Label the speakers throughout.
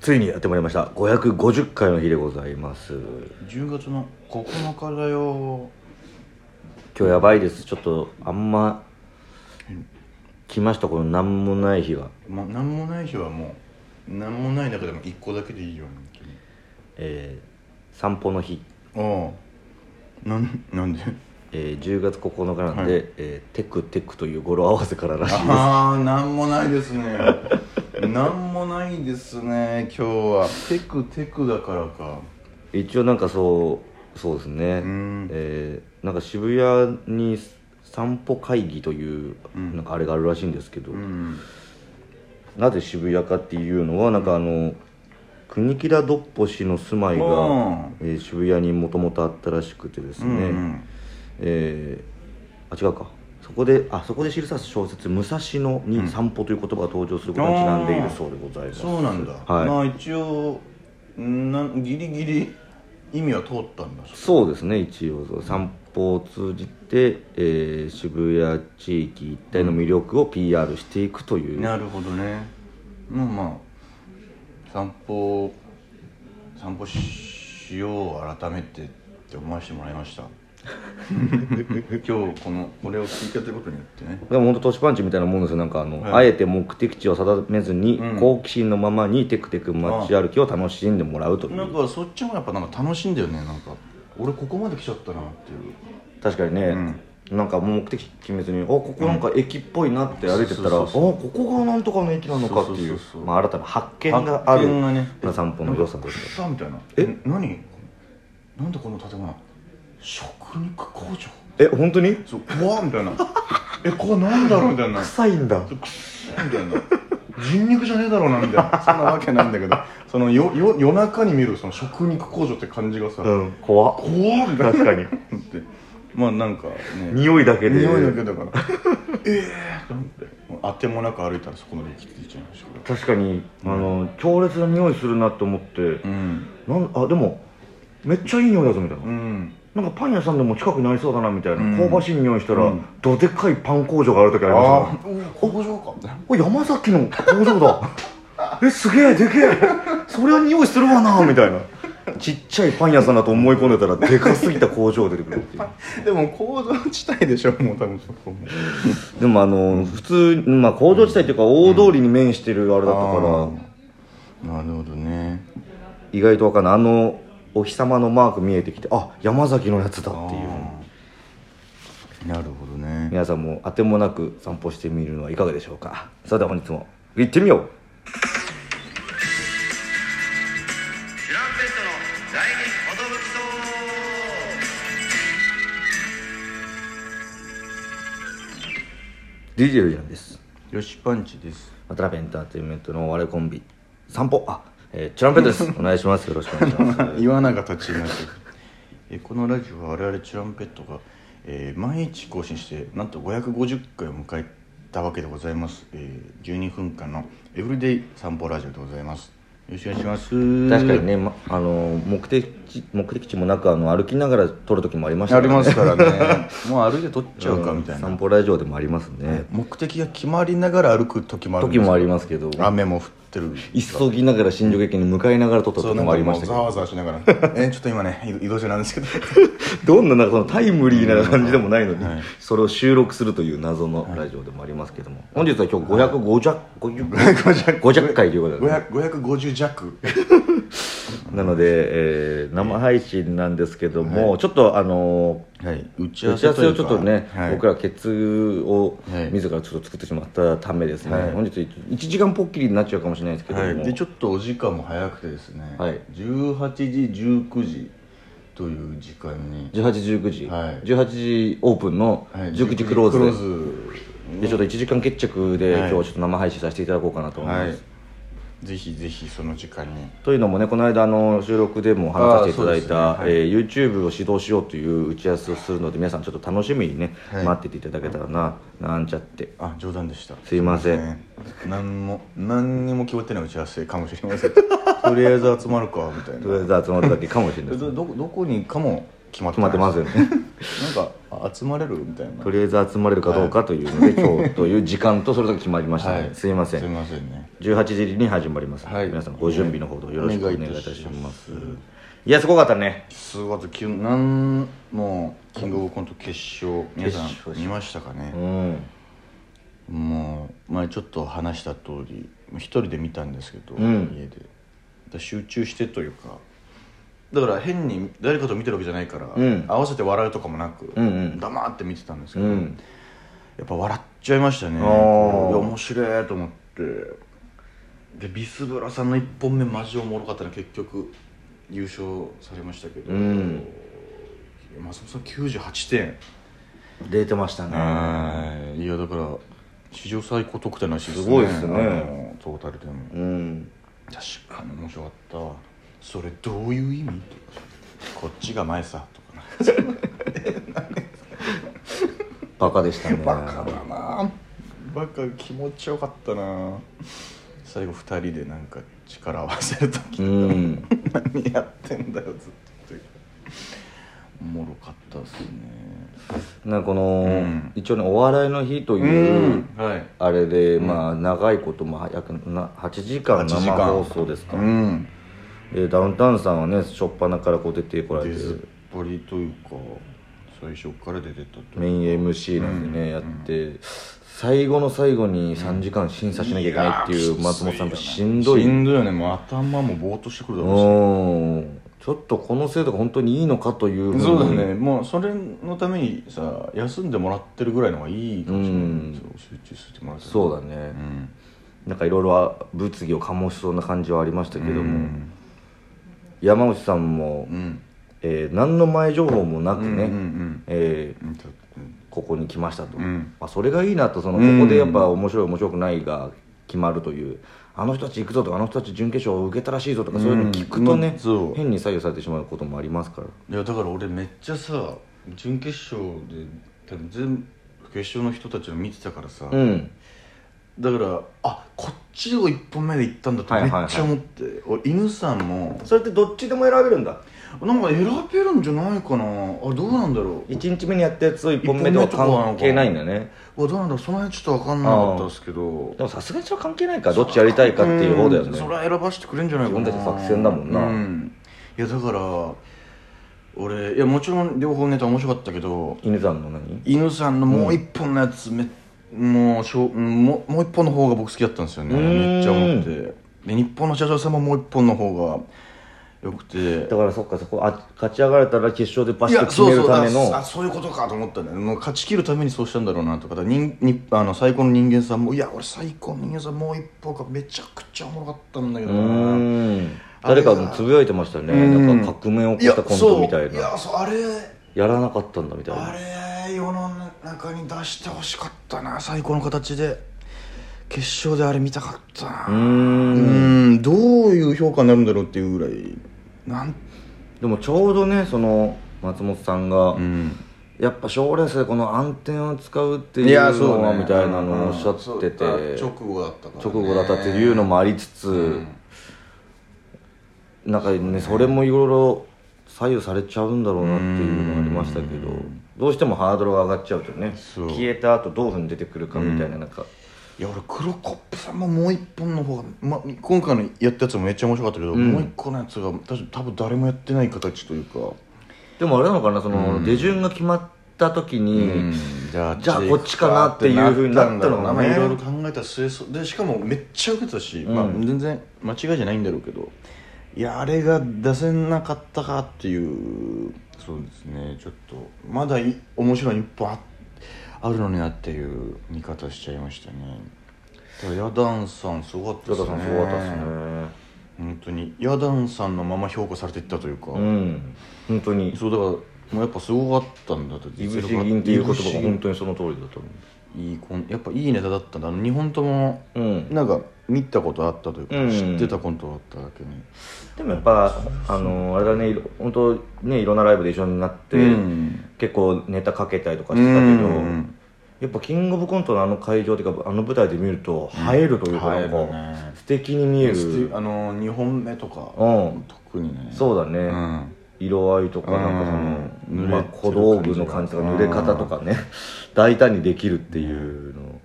Speaker 1: ついにやってまいりました550回の日でございます
Speaker 2: 10月の9日だよ
Speaker 1: 今日やばいですちょっとあんま来ましたこの何もない日は
Speaker 2: まあ何もない日はもう何もない中でも1個だけでいいよ
Speaker 1: えー散歩の日、
Speaker 2: ああなんなんで
Speaker 1: えー10月9日なんで、
Speaker 2: はい
Speaker 1: えーテクテクという語呂合わせかららしいです
Speaker 2: ああ何もないですね何もないですね今日はテクテクだからか
Speaker 1: 一応なんかそうそうですね、
Speaker 2: うん
Speaker 1: えーなんか渋谷に散歩会議というなんかあれがあるらしいんですけど、
Speaker 2: うん
Speaker 1: なぜ渋谷かっていうのはなんかあの国木田どっぽ氏の住まいが
Speaker 2: あ、
Speaker 1: えー渋谷にもともとあったらしくてです
Speaker 2: う
Speaker 1: ね、
Speaker 2: んうん
Speaker 1: えーあ違うかそこであそこで記さす小説「武蔵野」に「散歩」という言葉が登場することにちなんでいるそうでございます
Speaker 2: そうなんだ、
Speaker 1: はい
Speaker 2: まあ一応なんギリギリ意味は通ったんだ
Speaker 1: そうですね一応そう散歩を通じて、えー渋谷地域一帯の魅力を PR していくという、
Speaker 2: なるほどねまあまあ散歩散歩しよう改めてって思わせてもらい ました今日このこれを聞いたということによってね
Speaker 1: でも本当トシパンチみたいなもんですよなんかあの、
Speaker 2: はい
Speaker 1: あえて目的地を定めずに、好奇心のままにテクテク街歩きを楽しんでもらうという
Speaker 2: なんかそっちもやっぱなんか楽しいんだよねなんか俺ここまで来ちゃったなっていう
Speaker 1: 確かにね、なんか目的地決めずにあここなんか駅っぽいなって歩いてったら、
Speaker 2: うん
Speaker 1: あここがなんとかの駅なのかっていう
Speaker 2: そうそうそうそう
Speaker 1: まあ、新たな発見がある
Speaker 2: 発見がね
Speaker 1: まあ散歩の良さですよ
Speaker 2: さあみたいなえ何なんでこの建物食肉工場
Speaker 1: え本当に
Speaker 2: そう怖っみたいなえここなんだろうみたいな
Speaker 1: 臭いんだ
Speaker 2: みたいな人肉じゃねえだろうなみたいなそんなわけないんだけどそのよよ夜中に見るその食肉工場って感じがさ、
Speaker 1: うん怖っ
Speaker 2: 怖っみたいな
Speaker 1: 確かに
Speaker 2: ってまあなんかね
Speaker 1: 匂いだけで
Speaker 2: 匂いだけだからええー、と思ってもう当てもなく歩いたらそこまで生きていちゃいましたけど
Speaker 1: 確かに、あの強烈な匂いするなと思って、
Speaker 2: うん
Speaker 1: なんあでもめっちゃいい匂いだぞみたいな、
Speaker 2: うん
Speaker 1: なんかパン屋さんでも近くになりそうだなみたいな、
Speaker 2: うん
Speaker 1: 香ばしい匂いしたら、
Speaker 2: うん
Speaker 1: どでかいパン工場がある時ありました
Speaker 2: あ
Speaker 1: か
Speaker 2: あ工場かみたいな
Speaker 1: らお山崎の工場だ えすげえでけえそりゃ匂いするわなみたいなちっちゃいパン屋さんだと思い込んでたらでかすぎた工場出てくる っていう
Speaker 2: でも工場地帯でしょもう多分そこも
Speaker 1: でもあの普通、まあ、工場地帯っていうか大通りに面してるあれだったから、
Speaker 2: あーなるほどね
Speaker 1: 意外とわかんないあのお日様のマーク見えてきてあ山崎のやつだっていう
Speaker 2: あーなるほどね
Speaker 1: 皆さんも当てもなく散歩してみるのはいかがでしょうかそれでは本日も行ってみようチュランペットの来日 DJ ルジャンです
Speaker 2: よしパンチです
Speaker 1: 渡辺エンターテインメントの我コンビ散歩あ、えー、チュランペットです お願いしますよろしくお願いします
Speaker 2: 岩永たちになってるえこのラジオは我々チュランペットが、えー毎日更新してなんと550回を迎えたわけでございます、えー12分間のエブリデイ散歩ラジオでございますよろしくお願いします
Speaker 1: 確かにね、ま、あの目的地目的地もなくあの歩きながら撮る時もありました
Speaker 2: あ
Speaker 1: から
Speaker 2: り
Speaker 1: ね
Speaker 2: ますか らねもう歩いて撮っちゃうかみたいな、
Speaker 1: 散歩ラジオでもありますね
Speaker 2: 目的が決まりながら歩く時もあるんです
Speaker 1: 時もありますけど
Speaker 2: 雨も降ってる
Speaker 1: 急ぎながら新宿駅に向かいながら撮った
Speaker 2: そう
Speaker 1: 時
Speaker 2: なん
Speaker 1: もあ
Speaker 2: か
Speaker 1: り
Speaker 2: も
Speaker 1: まし
Speaker 2: う
Speaker 1: たけ
Speaker 2: ざ
Speaker 1: ど
Speaker 2: わざわしながらえーちょっと今ね移移動中なんですけど
Speaker 1: どんななんかそのタイムリーな感じでもないのに、
Speaker 2: はい
Speaker 1: それを収録するという謎のラジオでもありますけども、本日は今日550 50
Speaker 2: 500
Speaker 1: 50回ということで、ね、
Speaker 2: 550弱
Speaker 1: なので、えー生配信なんですけども、ちょっとあのー
Speaker 2: はい、打ち合
Speaker 1: 打ち合
Speaker 2: わせ
Speaker 1: わ
Speaker 2: と
Speaker 1: せ
Speaker 2: い
Speaker 1: を
Speaker 2: う
Speaker 1: ち
Speaker 2: か
Speaker 1: ょっとね、
Speaker 2: はい、
Speaker 1: 僕らケツを
Speaker 2: はい
Speaker 1: 自らちょっと作ってしまったためですね、
Speaker 2: はい
Speaker 1: 本日1時間ぽっきりになっちゃうかもしれないですけども、
Speaker 2: はい、でちょっとお時間も早くてですね、
Speaker 1: はい
Speaker 2: 18時19時という時間に、
Speaker 1: 18時19時、
Speaker 2: はい
Speaker 1: 18時オープンの
Speaker 2: はい
Speaker 1: 19時クローズで,、
Speaker 2: ズ
Speaker 1: でちょっと1時間決着で、
Speaker 2: はい
Speaker 1: 今日はちょっと生配信させていただこうかなと思います、
Speaker 2: はいぜひぜひその時間に
Speaker 1: というのもねこの間あの収録でも話させていただい
Speaker 2: あー
Speaker 1: た、
Speaker 2: そうですね
Speaker 1: えー YouTube を指導しようという打ち合わせをするので皆さんちょっと楽しみにね、
Speaker 2: はい
Speaker 1: 待ってていただけたらななんちゃって
Speaker 2: あ冗談でした
Speaker 1: すいません
Speaker 2: ね何も何にも決まってない打ち合わせかも しれませんとりあえず集まるかみたい
Speaker 1: とりあ
Speaker 2: な
Speaker 1: えず集まるだけかもしれないです
Speaker 2: どどどこにかも決まっ
Speaker 1: 決
Speaker 2: て
Speaker 1: まってますよね
Speaker 2: なんかあ集まれるみたいな
Speaker 1: とりあえず集まれるかどうかというので、今日という時間とそれが決まりましたね、すいませ
Speaker 2: すい
Speaker 1: ん
Speaker 2: ませんね
Speaker 1: 18時に始まりますので、
Speaker 2: はい
Speaker 1: 皆さんご準備のほどよろしくお願いいたし
Speaker 2: お願いい
Speaker 1: ま
Speaker 2: た
Speaker 1: すいやすごかったね
Speaker 2: すごかった急なんもうキングオブコント決勝皆さん
Speaker 1: 決勝
Speaker 2: 見ましたかね
Speaker 1: うん
Speaker 2: もう前ちょっと話した通り一人で見たんですけど、
Speaker 1: うん
Speaker 2: 家でだから集中してというかだから変に誰かと見てるわけじゃないから、
Speaker 1: うん
Speaker 2: 合わせて笑うとかもなく、
Speaker 1: うんうん
Speaker 2: 黙って見てたんですけ
Speaker 1: う
Speaker 2: ど、
Speaker 1: ん
Speaker 2: やっぱ笑っちゃいましたね
Speaker 1: あー
Speaker 2: いや面白いと思ってでビスブラさんの1本目マジおもろかったね結局優勝されましたけど、
Speaker 1: うん
Speaker 2: いや松本さん98点
Speaker 1: 出てましたね
Speaker 2: はいいやだから史上最高得点らしいです
Speaker 1: すごいですね
Speaker 2: あのトータルでも
Speaker 1: うん
Speaker 2: 確かに面白かったわそれどういう意味こっちが前さとか
Speaker 1: バカでしたね
Speaker 2: だなバカ気持ちよかったな最後2人でなんか力合わせる時
Speaker 1: うん
Speaker 2: 何やってんだよずっとおもろかったですね
Speaker 1: なんかこの、
Speaker 2: ん
Speaker 1: 一応ね「お笑いの日」という、
Speaker 2: はい
Speaker 1: あれで、まあ長いこと、まあ、約な8時間
Speaker 2: 8
Speaker 1: 生
Speaker 2: 時間
Speaker 1: 放送ですか、
Speaker 2: うん
Speaker 1: でダウンタウンさんはね初っ端からこう出てこられ
Speaker 2: 出
Speaker 1: て
Speaker 2: ずっぱりというか最初から出てたと
Speaker 1: メイン MC なんでね、やって最後の最後に3時間審査しなきゃいけないっていう松本さんがしんどい
Speaker 2: しんどいよねもう頭もぼーっとしてくるだろうし
Speaker 1: うんちょっとこの制度が本当にいいのかというふうに
Speaker 2: そうだねもうそれのためにさ休んでもらってるぐらいの方がいいかもしれない、
Speaker 1: うん
Speaker 2: そう集中してもらって
Speaker 1: そうだね
Speaker 2: う、ん
Speaker 1: なんかいろいろ物議を醸しそうな感じはありましたけども、
Speaker 2: うん
Speaker 1: 山内さんも、
Speaker 2: うん
Speaker 1: えー何の前情報もなくね、
Speaker 2: うんうん
Speaker 1: えー
Speaker 2: うんちょっと
Speaker 1: ここに来ましたと、
Speaker 2: うん
Speaker 1: まあ、それがいいなとその
Speaker 2: うん
Speaker 1: ここでやっぱ面白い面白くないが決まるというあの人たち行くぞとかあの人たち準決勝を受けたらしいぞとかそういうの聞くと
Speaker 2: う
Speaker 1: ね
Speaker 2: ん、そう
Speaker 1: 変に左右されてしまうこともありますから
Speaker 2: いやだから俺めっちゃさ準決勝で多分全部決勝の人たちを見てたからさ、
Speaker 1: うん
Speaker 2: だからあこっちを1本目で行ったんだと
Speaker 1: はい
Speaker 2: め
Speaker 1: は
Speaker 2: っ
Speaker 1: いはい
Speaker 2: ちゃ思って、俺犬さんも
Speaker 1: それってどっちでも選べるんだ
Speaker 2: なんか選べるんじゃないかなあどうなんだろう
Speaker 1: 1日目にやったやつと1本目では
Speaker 2: 一本目とかは
Speaker 1: 関係ないんだね
Speaker 2: あどうなんだろうその辺ちょっと分かんなかったですけど
Speaker 1: でもさすがにそれは関係ないかどっちやりたいかっていう方だよ
Speaker 2: ん
Speaker 1: ね
Speaker 2: それは選ばしてくれんじゃないかな
Speaker 1: 自分たちの作戦だもんな
Speaker 2: うんいやだから俺いやもちろん両方ネタ面白かったけど
Speaker 1: 犬さんの何
Speaker 2: 犬さんのもう一本のやつめ、もうしょううんもうもう一本の方が僕好きだったんですよね
Speaker 1: うーん
Speaker 2: めっちゃ思ってで日本の社長さんももう一本の方がよくて
Speaker 1: だからそっかそこあ勝ち上がれたら決勝でバ
Speaker 2: い
Speaker 1: シッと
Speaker 2: や
Speaker 1: 決
Speaker 2: そ
Speaker 1: め
Speaker 2: う
Speaker 1: る
Speaker 2: そう
Speaker 1: た
Speaker 2: だ
Speaker 1: めの
Speaker 2: あそういうことかと思ったねもう勝ち切るためにそうしたんだろうなとかだから人にあの最高の人間さんもいや俺最高の人間さんもう一歩がめちゃくちゃおもろかったんだけど
Speaker 1: う
Speaker 2: な
Speaker 1: ーん誰かもつぶやいてましたね
Speaker 2: うん
Speaker 1: なんか革命を起こしたコントみたい
Speaker 2: いやそういや
Speaker 1: な
Speaker 2: そうあれ
Speaker 1: やらなかったんだみたいな
Speaker 2: あれ世の中に出してほしかったな最高の形で決勝であれ見たかったな
Speaker 1: うー
Speaker 2: うんんどういう評価になるんだろうっていうぐらいなん
Speaker 1: でもちょうどねその松本さんが、
Speaker 2: ん
Speaker 1: やっぱ賞レースでこの暗転を使うって
Speaker 2: い
Speaker 1: い
Speaker 2: や
Speaker 1: う
Speaker 2: そう
Speaker 1: のは
Speaker 2: ね
Speaker 1: みたいなのをお
Speaker 2: うん
Speaker 1: っしゃってて、
Speaker 2: そう直後だったからね
Speaker 1: 直後だったっていうのもありつつ、なんかねそれもいろいろ左右されちゃうんだろうなっていうのがありましたけど、どうしてもハードルが上がっちゃうとね
Speaker 2: そう
Speaker 1: 消えた後どういうふうに出てくるかみたいななんか、
Speaker 2: いや俺クロコップさんももう一本の方が、ま、今回のやったやつもめっちゃ面白かったけど、もう一個のやつが確か多分誰もやってない形というか
Speaker 1: でもあれなのかなその、出順が決まった時に、
Speaker 2: じゃあ
Speaker 1: じゃあこっちかなっていうふうになったのがね
Speaker 2: まあいろいろ考えた末そでしかもめっちゃ受けてたし、まあ、全然間違いじゃないんだろうけどいやあれが出せなかったかっていうそうですねちょっとまだい面白い一本ああるのになっていう見方しちゃいましたねただヤダンさんすごかった
Speaker 1: ジョ
Speaker 2: です
Speaker 1: タさ
Speaker 2: ね
Speaker 1: んすごかったですね、
Speaker 2: 本当にヤダンさんのまま評価されていったというか、
Speaker 1: うん本当に
Speaker 2: そうだからもうやっぱすごかったんだと
Speaker 1: 理
Speaker 2: 実
Speaker 1: 不
Speaker 2: 力が
Speaker 1: 尽っていう言葉が本当にその通りだと思
Speaker 2: いいコンやっぱいいネタだったんだあの2本とも
Speaker 1: う、うん、
Speaker 2: なんか見たことあったというか、
Speaker 1: うん
Speaker 2: 知ってたコントだっただけに
Speaker 1: でもやっぱあのあれだねいろ本当ねいろんなライブで一緒になって、
Speaker 2: うん
Speaker 1: 結構ネタかけたりとかしてたけど、
Speaker 2: うん
Speaker 1: やっぱキングオブコントのあの会場っていうかあの舞台で見ると映えるというか、
Speaker 2: 映
Speaker 1: な
Speaker 2: える
Speaker 1: ん
Speaker 2: ね
Speaker 1: か、素敵に見える、
Speaker 2: あの2本目とか、
Speaker 1: うん
Speaker 2: 特にね
Speaker 1: そうだね、
Speaker 2: うん
Speaker 1: 色合いとかなんかその、
Speaker 2: うん
Speaker 1: まあ、
Speaker 2: 濡れてる
Speaker 1: 小道具の感じとか
Speaker 2: 感
Speaker 1: 濡
Speaker 2: じ
Speaker 1: れ
Speaker 2: が
Speaker 1: 方とかね大胆にできるっていうの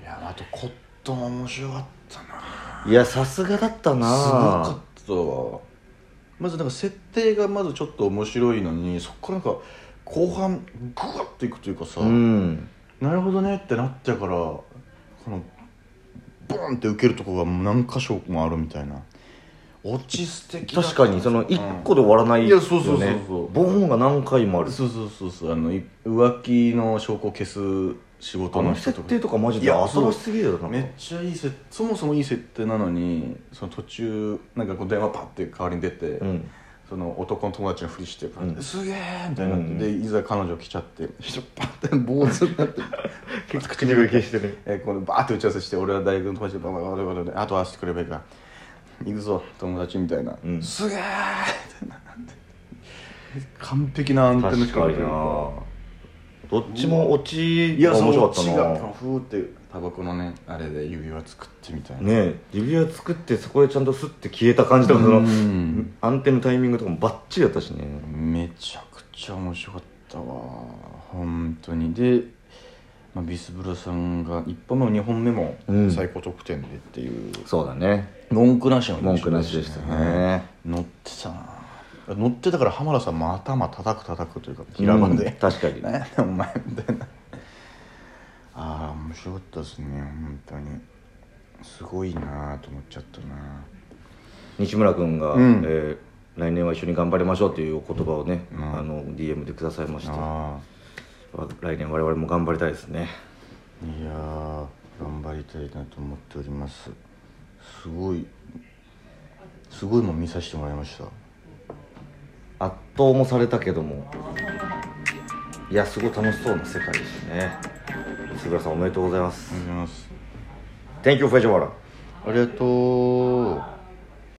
Speaker 2: いやあとコットン面白かったない
Speaker 1: やさすがだったな
Speaker 2: すごかったわまずなんか設定がまずちょっと面白いのにそこからなんか後半グワッていくというかさ、
Speaker 1: うん
Speaker 2: なるほどねってなっちゃうからこのボーンって受けるとこが何箇所もあるみたいな落ち素敵だ
Speaker 1: 確かにその1個で終わらない
Speaker 2: いやそうそうそうそう
Speaker 1: よねボーンが何回もある
Speaker 2: そうそうそうそうあのい浮気の証拠を消す仕事
Speaker 1: あ
Speaker 2: の
Speaker 1: の
Speaker 2: 人
Speaker 1: 設
Speaker 2: とか
Speaker 1: 定とかマジ
Speaker 2: い
Speaker 1: で
Speaker 2: や
Speaker 1: 新しすぎるよなんか
Speaker 2: めっちゃいい設そもそもいい設定なのにその途中なんかこう電話パッて代わりに出て、
Speaker 1: うん
Speaker 2: その男の友達のふりしてるから、
Speaker 1: うん
Speaker 2: すげえみたいになって、
Speaker 1: うん
Speaker 2: でいざ彼女来ちゃって一緒パッて坊主になって
Speaker 1: 結構唇消してね
Speaker 2: えーこのバーって打ち合わせして俺は大学の友達でバババババババあとはしてくればいいから行くぞ友達みたいな、
Speaker 1: うん
Speaker 2: すげえってなって完璧なアンテナの力とい
Speaker 1: 確
Speaker 2: う
Speaker 1: かに
Speaker 2: か
Speaker 1: どっちも落ち
Speaker 2: いや
Speaker 1: が
Speaker 2: そ
Speaker 1: 面白
Speaker 2: のう
Speaker 1: かっ
Speaker 2: ち
Speaker 1: た
Speaker 2: が
Speaker 1: な
Speaker 2: ふーってタバコのねあれで指輪作ってみたいな、
Speaker 1: ねえ指輪作ってそこでちゃんとスッて消えた感じとかそうの
Speaker 2: ん
Speaker 1: アンテナタイミングとかもバッチリだったしね
Speaker 2: めちゃくちゃ面白かったわ本当にで、まあ、ビスブラさんが1本目も2本目も
Speaker 1: うん
Speaker 2: 最高得点でっていう、
Speaker 1: そうだね
Speaker 2: 文句なしの
Speaker 1: 文句なしでしたね
Speaker 2: 乗ってたな乗ってたから浜田さんも頭叩く叩くというか平場
Speaker 1: うん
Speaker 2: で、
Speaker 1: 確かに
Speaker 2: 何や ねんお前みたいなああ面白かったですね本当にすごいなと思っちゃったな
Speaker 1: 西村君が、
Speaker 2: うん
Speaker 1: えー来年は一緒に頑張りましょう」というお言葉をね、
Speaker 2: うん
Speaker 1: あの DM でくださいましてわ
Speaker 2: あ
Speaker 1: 来年我々も頑張りたいですね
Speaker 2: あいやー頑張りたいなと思っておりますすごいすごいもん見させてもらいました
Speaker 1: 圧倒もされたけどもいやすごい楽しそうな世界でしたね杉浦さんおめでとうございま
Speaker 2: あ
Speaker 1: す
Speaker 2: りがとうございます
Speaker 1: Thank you, Fujiwara
Speaker 2: ありがとう